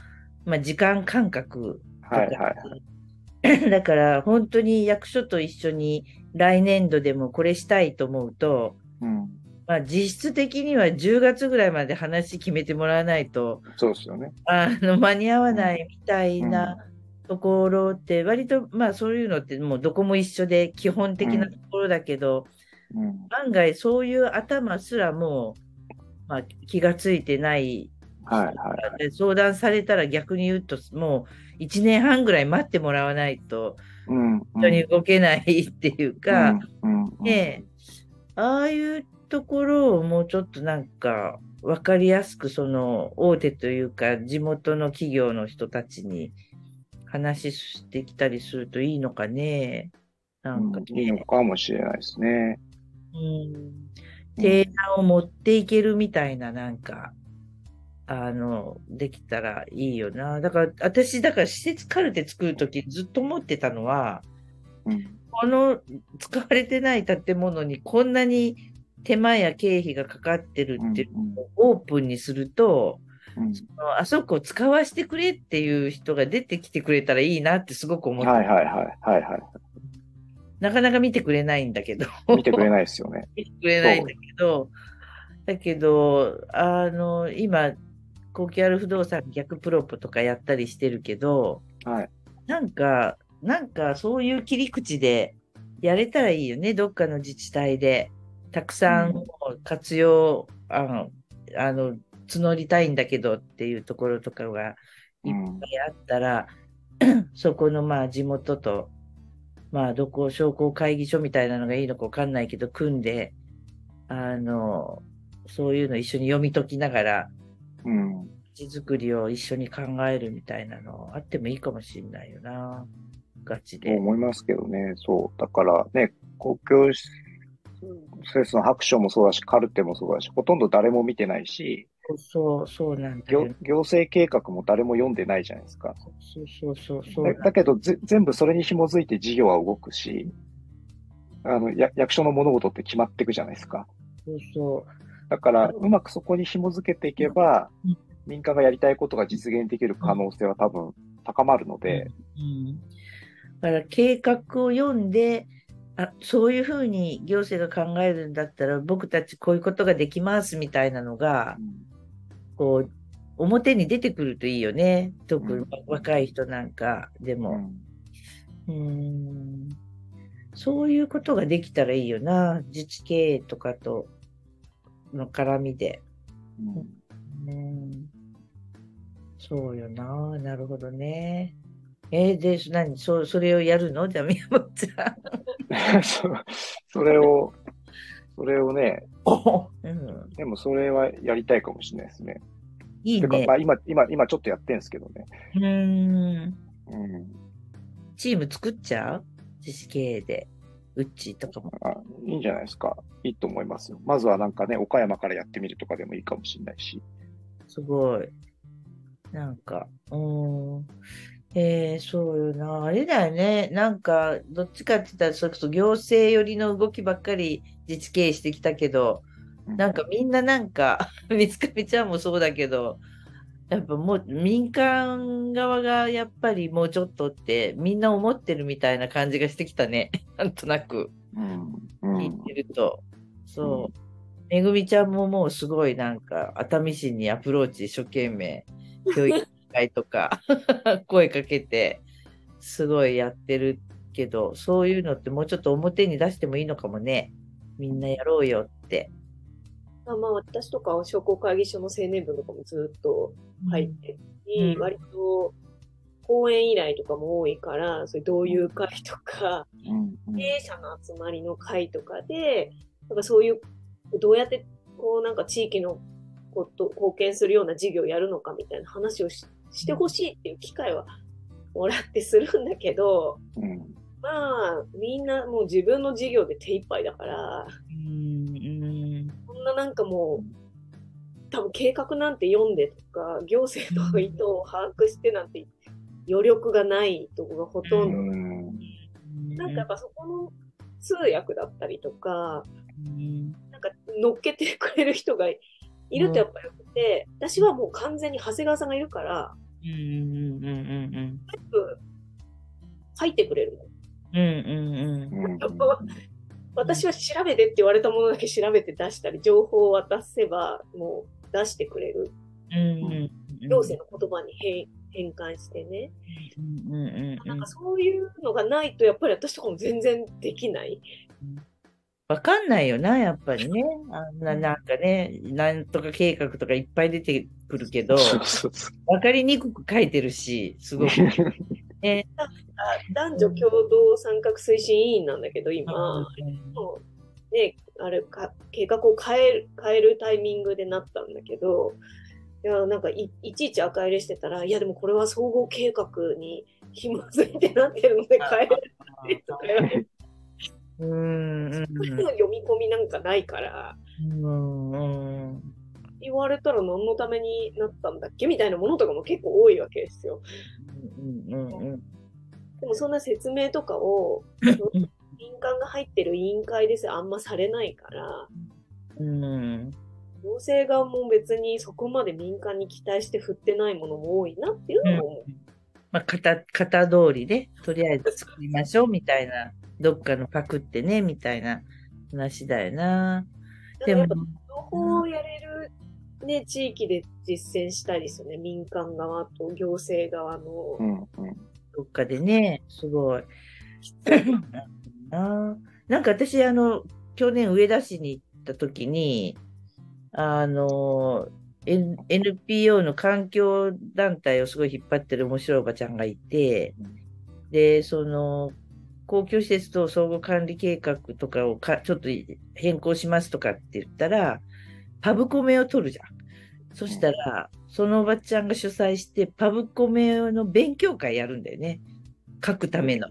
まあ、時間感覚とかはいは い。だから本当に役所と一緒に来年度でもこれしたいと思うと、うん、まあ、実質的には10月ぐらいまで話決めてもらわないとそうですよね。あの間に合わないみたいなところって割とまあそういうのってもうどこも一緒で基本的なところだけど、うん、案外そういう頭すらもう、まあ、気がついてない、はいはい。で相談されたら逆に言うともう1年半ぐらい待ってもらわないとうん、うん本当に動けないっていうか。、うんうんうんねえ、ああいうところをもうちょっとなんか分かりやすくその大手というか地元の企業の人たちに話してきたりするといいのかね。なんかうんいいのね。かもしれないですね。うん、提案を持っていけるみたいななんか。あの、できたらいいよな。だから、私、だから施設カルテ作るときずっと思ってたのは、うんこの使われてない建物にこんなに手間や経費がかかってるうんっていうのをオープンにすると、うんあそこを使わせてくれっていう人が出てきてくれたらいいなってすごく思って、はいはいはいはいはなかなか見てくれないんだけど、い。見てくれないですよね。見てくれないんだけど、だけど、あの、今、高級ある不動産逆プロポとかやったりしてるけど、はいなんか、なんかそういう切り口でやれたらいいよね、どっかの自治体で。たくさうんん活用、あの、あの、募りたいんだけどっていうところとかがういっんぱいあったら、 そこのまあ地元と、まあどこ商工会議所みたいなのがいいのかわかんないけど、組んで、あの、そういうの一緒に読み解きながら、うん地づくりを一緒に考えるみたいなのあってもいいかもしれないよな。ガチとで。思いますけどね。そう。だからね、公共施設の白書もそうだし、カルテもそうだし、ほとんど誰も見てないし、そうそう、そうなんだよ行ね。行政計画も誰も読んでないじゃないですか。そうそうそうそうだだけどぜ、全部それに紐づいて事業は動くし、あのや役所の物事って決まっていくじゃないですか。そうそう。だから、うまくそこに紐づけていけばうん、民間がやりたいことが実現できる可能性は多分高まるので、うんだから計画を読んであそういうふうに行政が考えるんだったら僕たちこういうことができますみたいなのがこう表に出てくるといいよね特うにん若い人なんかでうんも、うん、そういうことができたらいいよな自治経営とかとの絡みで、うんうん、そうよななるほどねえー、で何そそれをやるのじゃあ宮本ちゃん そそれを、それをね、うん、でもそれはやりたいかもしれないですね。いいてかね。まあ、今、今、今ちょっとやってんですけどね。うーん。うん、チーム作っちゃう自主経営で。うっちーとかも。あいいんじゃないですか。いいと思いますよ。まずはなんかね、岡山からやってみるとかでもいいかもしれないし。すごい。なんか、うーん。えー、そうよな。あれだよね。なんか、どっちかって言ったら、それこそ行政寄りの動きばっかり自治経営してきたけど、なんかみんななんか、 三つかみちゃんもそうだけど、やっぱもう民間側がやっぱりもうちょっとってみんな思ってるみたいな感じがしてきたね。 なんとなく。うん、うん、聞いてると、そう、めぐみちゃんももうすごいなんか熱海市にアプローチ一生懸命教育会とか 声かけてすごいやってるけどそういうのってもうちょっと表に出してもいいのかもねみんなやろうよって。まあ、まあ私とかは商工会議所の青年部とかもずっと入ってるし、うん割と講演依頼とかも多いから、それどういう会とか、うん、うん経営者の集まりの会とかで、なんかそういう、どうやってこうなんか地域のこと、貢献するような事業をやるのかみたいな話をししてほしいっていう機会はもらってするんだけど、うん。まあ、みんなもう自分の事業で手一杯だから、うんうんそんななんかもう、多分計画なんて読んでとか、行政の意図を把握してなんて余力がないとこがほとんど、うんなんかやっぱそこの通訳だったりとか、うんなんか乗っけてくれる人がいるとやっぱよくて、私はもう完全に長谷川さんがいるから、うんうんうん全部入ってくれるもん。うんうんうんうん私は調べてって言われたものだけ調べて出したり、情報を渡せばもう出してくれる。うんうん行政の言葉に変変換してね。うんうんうんうなんんかそういうのがないと、やっぱり私とかも全然できない。わかんないよな、やっぱりね。あんな、なんかね、なんとか計画とかいっぱい出てくるけど、そうそうそうわかりにくく書いてるし、すごく。あ男女共同参画推進委員なんだけど、今、もうね、あれか、計画を変える、変えるタイミングでなったんだけど、いや、なんかい、いちいち赤入れしてたら、いや、でもこれは総合計画に紐づいてなってるので変えるとか言われて、うん、うん、そういうの読み込みなんかないから、うん、うん。言われたら何のためになったんだっけみたいなものとかも結構多いわけですよ。うんでもそんな説明とか を、民間が入ってる委員会ですあんまされないから、うん、行政側も別にそこまで民間に期待して振ってないものも多いなっていうのも思う。まあ、型、型通りで、とりあえず作りましょう、みたいな、どっかのパクってね、みたいな話だよな。だかでらやもっぱ、情報をやれる、ね、地域で実践したいですよね。民間側と行政側の。うんうんどっかでね、すごい。ななんか私、あの、去年上田市に行った時に、あの、N- NPO の環境団体をすごい引っ張ってる面白いおばちゃんがいて、で、その、公共施設と総合管理計画とかをかちょっと変更しますとかって言ったら、パブコメを取るじゃん。そしたら、そのおばちゃんが主催して、パブコメの勉強会やるんだよね。書くための。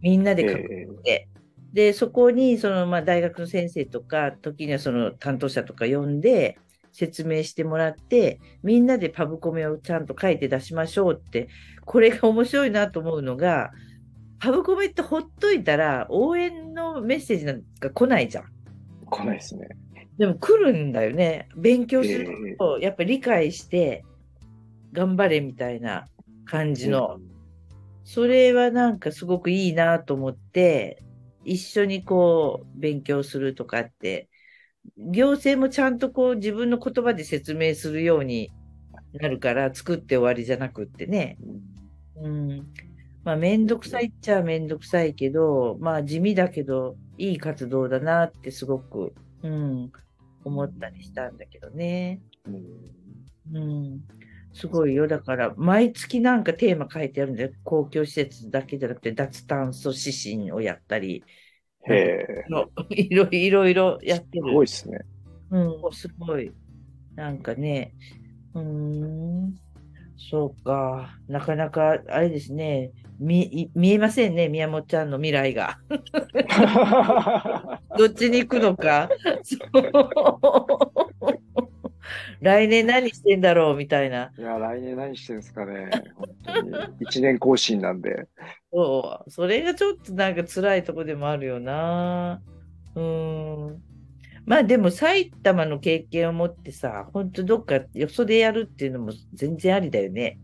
みんなで書くえってで、そこに、その、まあ、大学の先生とか、時にはその担当者とか呼んで、説明してもらって、みんなでパブコメをちゃんと書いて出しましょうって、これが面白いなと思うのが、パブコメってほっといたら応援のメッセージなんか来ないじゃん。来ないですね。でも来るんだよね。勉強すると、やっぱり理解して、頑張れみたいな感じの。それはなんかすごくいいなと思って、一緒にこう勉強するとかって、行政もちゃんとこう自分の言葉で説明するようになるから、作って終わりじゃなくってね。うんうん。まあ、めんどくさいっちゃめんどくさいけど、まあ、地味だけど、いい活動だなってすごく、うん、思ったりしたんだけどね。うんうん。すごいよ。だから、毎月なんかテーマ書いてあるんだよ。公共施設だけじゃなくて、脱炭素指針をやったり、へえ、のいろいろいろやってする。ごい ですね。うん、すごい。なんかね、うーん、そうか、なかなか、あれですね、見い見えませんね、宮本ちゃんの未来が。どっちに行くのか。 そう 来年何してんだろうみたいな。いや、来年何してるんですかね。本当に。一年更新なんで。そう、それがちょっとなんか辛いとこでもあるよな。うーん。まあでも埼玉の経験を持ってさ、ほんとどっかよそでやるっていうのも全然ありだよね。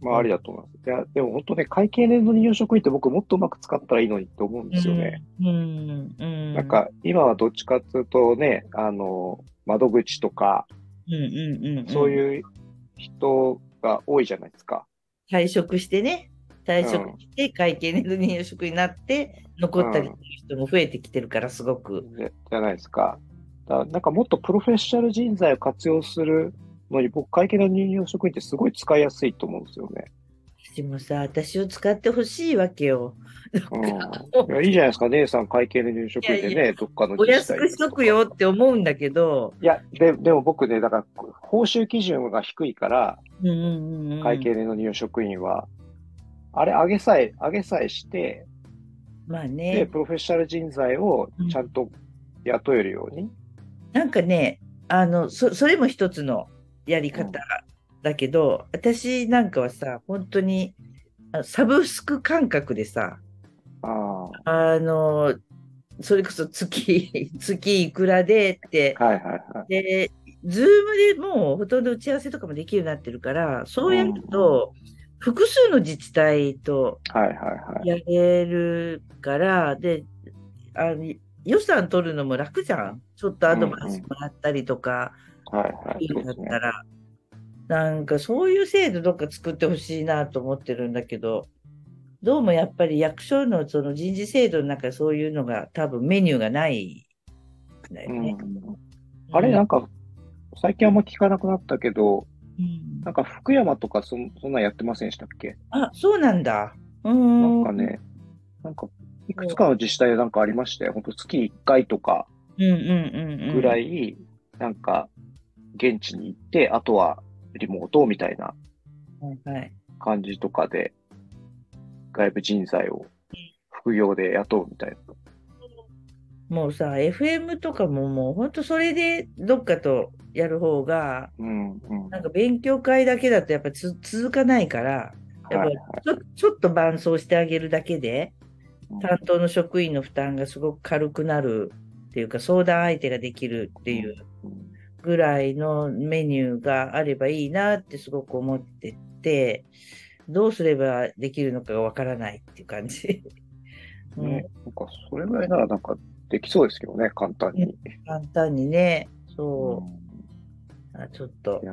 まあ、ありだと思います。いや、でも本当ね、会計年度に夕食費って僕もっとうまく使ったらいいのにって思うんですよね。うん。うん。なんか、今はどっちかっていうとね、あの、窓口とか、うんうんうんうん、そういう人が多いじゃないですか。退職してね、退職して会計年度に入職になって、残ったりする人も増えてきてるから、すごく。ねじゃないですか。だからなんかもっとプロフェッショナル人材を活用するのに、僕、会計の入用職員ってすごい使いやすいと思うんですよね。でもさ、私を使ってほしいわけよ。うん、いやいいじゃないですか、姉さん、会計の入職員でね、いやいやどっかのお自治安体くしとくよって思うんだけど、いやで、でも僕ね、だから、報酬基準が低いから、うんうんうんうん、会計の入用職員は、あれ、上げさえ、上げさえして、まあで、ね、プロフェッショナル人材をちゃんと雇えるように。なんかね、あのそそれも一つのやり方だけど、私なんかはさ、本当にあサブスク感覚でさ、ああの、それこそ月、 月いくらでって、あ、はいはいはい。で、ズームでもうほとんど打ち合わせとかもできるようになってるから、そうやると、複数の自治体とはいはいはい。やれるから、で、あの予算取るのも楽じゃん。ちょっとアドバイスもらったりとか、はいはい。いいそうんでだっすねたら、なんかそういう制度どっか作ってほしいなと思ってるんだけど、どうもやっぱり役所のその人事制度の中そういうのが多分メニューがないんだよね。うんあれ、なんか、最近あんま聞かなくなったけど、うんなんか福山とかそんそんなんやってませんでしたっけあ、そうなんだ。うー。なんんかね、なんか、いくつかの自治体でなんかありましたよ。ほんと月1回とかうんうんうんうん。ぐらい。い、なんか、現地に行って、あとはリモートみたいなはいはい。感じとかで、外部人材を副業で雇うみたいな。もうさ、FM とかももうほんとそれでどっかとやる方が、うん、うん。なんか勉強会だけだとやっぱつ続かないから、やっはぱいちょちょっと伴奏してあげるだけで、はい担当の職員の負担がすごく軽くなるっていうか、相談相手ができるっていううんぐらいのメニューがあればいいなってすごく思ってて、どうすればできるのかがわからないっていう感じ。うねん、、なんか、それぐらいならなんか、できそうですけどね、簡単に。簡単にね、うそんう、あちょっとい、や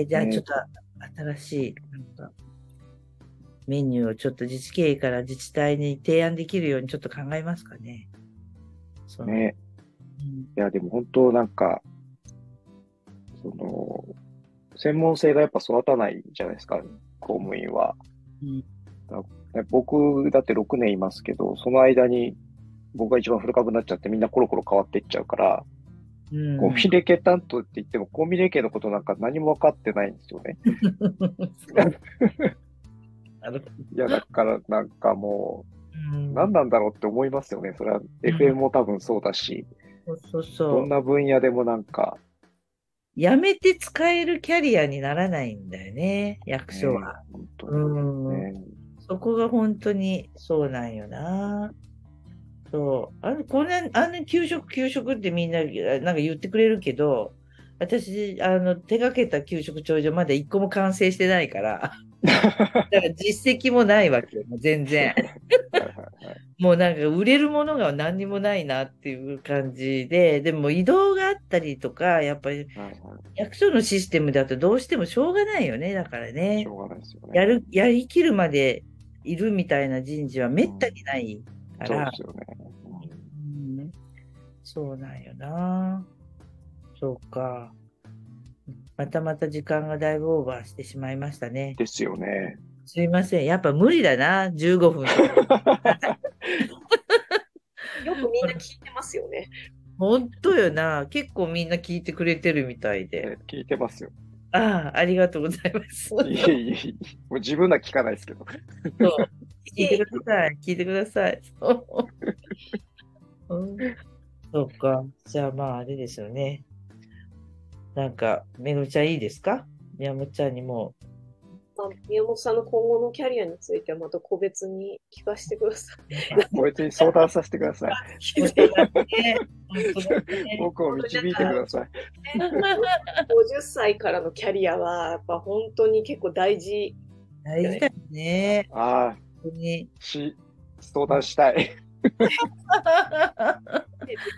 えーじゃあねちょっと新しい、なんか、メニューをちょっと自治経営から自治体に提案できるようにちょっと考えますかね。そのね、うんいや、でも本当なんか、その、専門性がやっぱ育たないじゃないですか、公務員は。うんだ僕、だって6年いますけど、その間に僕が一番古株になっちゃってみんなコロコロ変わっていっちゃうから、うんコンビレ系担当って言っても、コンビレ系のことなんか何も分かって ないんです よね。なるほいや、だからなんかもどう、何なんだろうって思いますよね。それは FM も多分そうだし、そうそうそど。うんな分野でもなんか、辞めて使えるキャリアにならないんだよね、役所は。ね本当にうん。ね そこが本当にそうなんよな。そう。あの、こんな、あの、給食、給食ってみんな、あなんか言ってくれるけど、私、あの、手がけた給食長所まだ一個も完成してないから、だから実績もないわけよ、もう全然。はいはいはいもうなんか売れるものが何にもないなっていう感じで、でも移動があったりとか、やっぱりはいは役所のシステムだとどうしてもしょうがないよね、だからね。い。しょうがないですよね。やる、やりきるまでいるみたいな人事はめったにないかそうらで、すよね。うんそうなんよな。そうか。またまた時間がだいぶオーバーしてしまいましたね。ですよね。すいません。やっぱ無理だな、15分。 よくみんな聞いてますよね。本当よな。結構みんな聞いてくれてるみたいでね。聞いてますよ。ああ、ありがとうございます。そういえいえいえ。もう自分ら聞かないですけど。聞いてください。聞いてください。 そううんそうか。じゃあまああれですよね。なんか、めぐみちゃんいいですか宮本ちゃんにもまあ、宮本さんの今後のキャリアについてはまた個別に聞かせてくださこいつに相談させて ください。う。い。本当だね本当だね僕を導いてください。 50歳からのキャリアは、やっぱ本当に結構大事。大事だよね。ああ、本当に。し、相談したい。で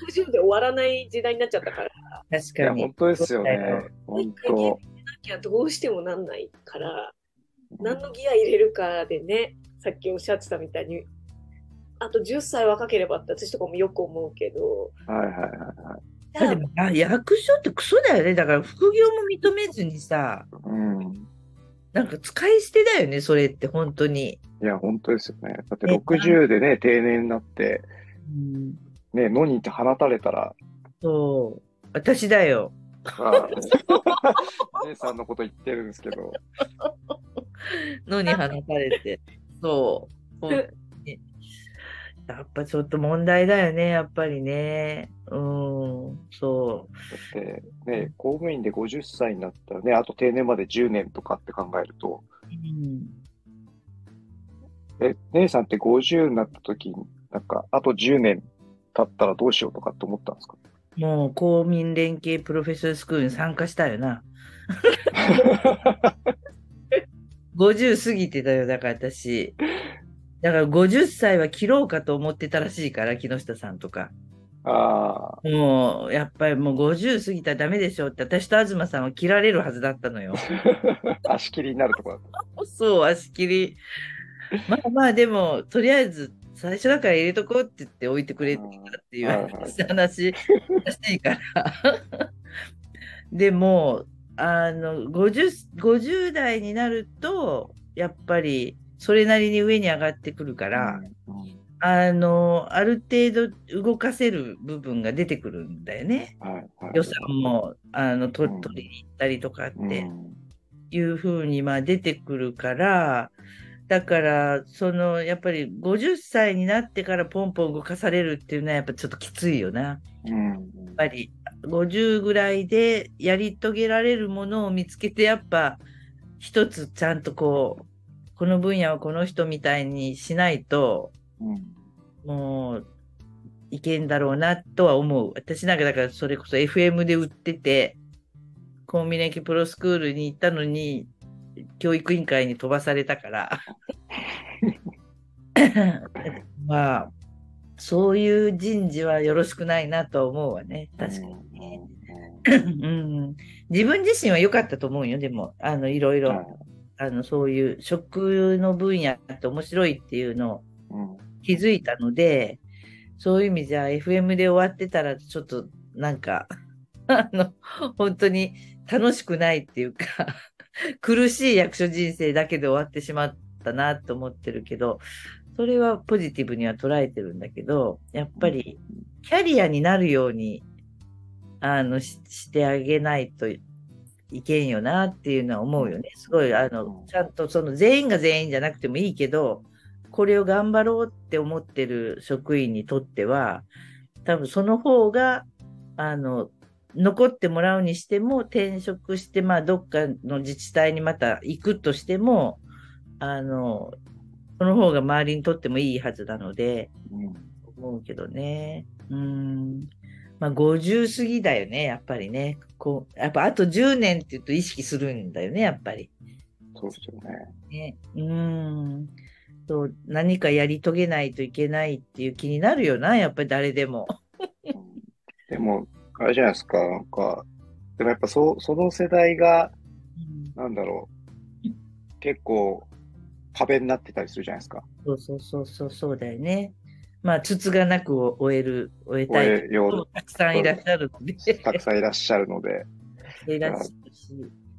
60で終わらない時代になっちゃったから、確いや、かに本。当ですよね。本当。なきゃどうしてもなんないから、何のギア入れるかでね、さっきおっしゃってたみたいに、あと10歳若ければって私とかもよく思うけど、はいはいはいはい。じだゃっあてあ役所ってクソだよね。だから副業も認めずにさ、うん。なんか使い捨てだよね、それって本当に。いや、本当ですよね。だってね60でね、定年になって、うん、ね、野に行って放たれたら、そう。私だよ。ま あ姉さんのこと言ってるんですけど、のに放たれ て。そう。本当にやっぱちょっと問題だよね、やっぱりね。うん、そだってね、公務員で50歳になったらね、あと定年まで10年とかって考えると、う。うん、え、姉さんって50になった時に、なんか、あと10年経ったらどうしようとかって思ったんですか もう公民連携プロフェッショナルスクールに参加したよな。50過ぎてたよ、だから私。だから50歳は切ろうかと思ってたらしいから、木下さんとか。ああ、もう、やっぱりもう50過ぎたらダメでしょって、私と東さんは切られるはずだったのよ。足切りになるとこだった。そう、足切り。まあまあ、でも、とりあえず、最初だから入れとこうって言って置いてくれてたっていうはいはい話話らしいから。 でも、あの、50、50代になると、やっぱり、それなりに上に上がってくるから、うんうんあの、ある程度動かせる部分が出てくるんだよね。はいはい予算も、あの、とうん取りに行ったりとかって。うんいうふうにまあ出てくるから、だから、その、やっぱり50歳になってからポンポン動かされるっていうのはやっぱちょっときついよな。やっうんぱり、50ぐらいでやり遂げられるものを見つけて、やっぱ、一つちゃんとこう、この分野はこの人みたいにしないと、うんもう、いけんだろうなとは思う。私なんかだからそれこそ FM で売ってて、コンビニ駅プロスクールに行ったのに、教育委員会に飛ばされた から。まあ、そういう人事はよろしくないなとは思うわね。確かに。 うん、自分自身は良かったと思うよ。でも、あの、いろいうんろ、あの、そういう食の分野って面白いっていうのを、うん気づいたので、そういう意味じゃ FM で終わってたらちょっとなんか、 あの、本当に楽しくないっていうか、 苦しい役所人生だけで終わってしまったなと思ってるけど、それはポジティブには捉えてるんだけど、やっぱりキャリアになるように、あの、ししてあげないといけんよなっていうのは思うよね。すごい、あうのん、ちゃんとその全員が全員じゃなくてもいいけど、これを頑張ろうって思ってる職員にとっては、多分その方が、あの、残ってもらうにしても、転職して、まあ、どっかの自治体にまた行くとしても、あの、その方が周りにとってもいいはずなので、うん思うけどね。うん。まあ、50過ぎだよね、やっぱりね。こう、やっぱあと10年って言うと意識するんだよね、やっぱり。そうですよね。ね。うん。そう、何かやり遂げないといけないっていう気になるよな、やっぱり誰でも。うんでも、あれじゃないですか、なんか、でもやっぱそその世代が、なんだろう、結構壁になってたりするじゃないですか。そうそうそうそう、そうだよね。まあ、筒がなくを終える、終えこうたいいうよ人もたくさんいらっしゃるので、うたくさんいらっしゃるので。いらっしゃるし。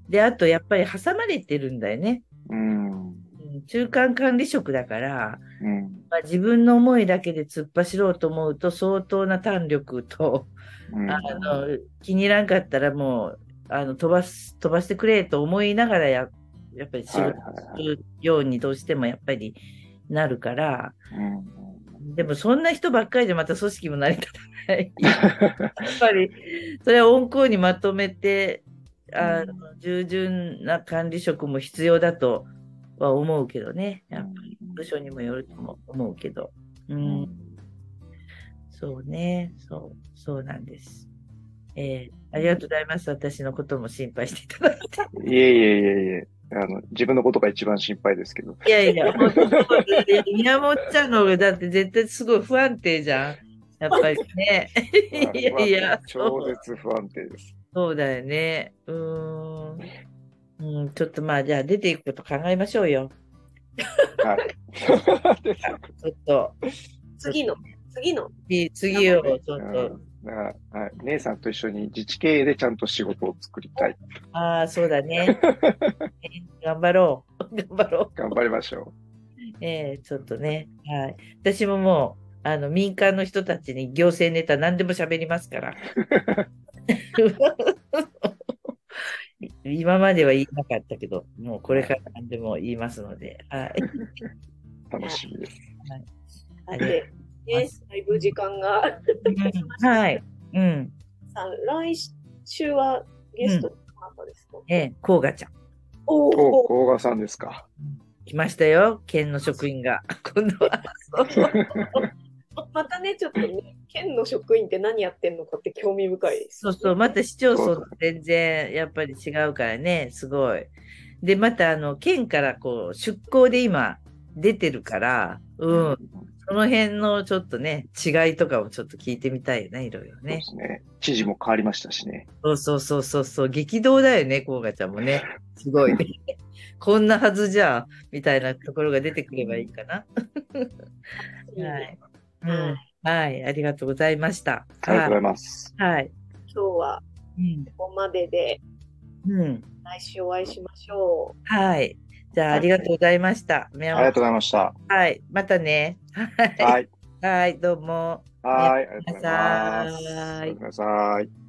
で、あとやっぱり挟まれてるんだよね。うん。ううん中間管理職だから、ん。まあ、自分の思いだけで突っ走ろうと思うと相当な胆力と、うんあの気に入らんかったらもうあの飛ばす飛ばしてくれと思いながらややっぱり仕はいは事いはすいるようにどうしてもやっぱりなるから、うんでもそんな人ばっかりじゃまた組織も成り立たない。 やっぱりそれは温厚にまとめてあの従順な管理職も必要だとは思うけどね。やっぱり部署にもよるとも思うけど。ううんんそうね、そう、そうなんです。えーありがとうございます。私のことも心配していただいいえいえいえいえ。あの自分のことが一番心配ですけど。て。いやいや、本当そうです宮本ちゃんの方がだって絶対すごい不安定じゃん。やっぱりね。いやいや、そ超う絶不安定です。そうだよね。うーん。うん、ちょっとまあ、じゃあ出ていくこと考えましょうよ。はい。ですちょっと、次の、次の。次次を、ちょうっと、んだからはい、姉さんと一緒に自治経営でちゃんと仕事を作りたい。ああ、そうだ ね。頑張ろう。頑張ろう。頑張りましょええちょっとね、はい。私ももう、あの、民間の人たちに行政ネタ何でも喋りますから。 今までは言いなかったけど、もうこれから何でも言いますので、はい。う。楽しみです。ありで、ね、だいぶ時間が。うんはい。うん。さあ来週はゲストの方ですか、ええ、甲賀ちゃん。おーお、甲賀さんですか。来ましたよ、県の職員が。今度は。 またね、ちょっとね、県の職員って何やってんのかって興味深いです。そうそう、また市町村と全然やっぱり違うからね、すごい。で、またあの、県からこう、出向で今出てるから、うん、その辺のちょっとね、違いとかをちょっと聞いてみたいよね、いろいろそうでね。すね。知事も変わりましたしね。そうそうそうそうそう、激動だよね、こうがちゃんもね。 すごい。こんなはずじゃ、みたいなところが出てくればいいかな。はい。うはんい。はい、ありがとうございました。ありがとうござはいます。い。はい。今日はうんここまでで、うん。来週お会いしましょう。はい。じゃあ、ありがとうございました。ありありがとうございました。はい。またね。はい。はい、どうも。はい。ありがとうございます。はおいやすみなさい。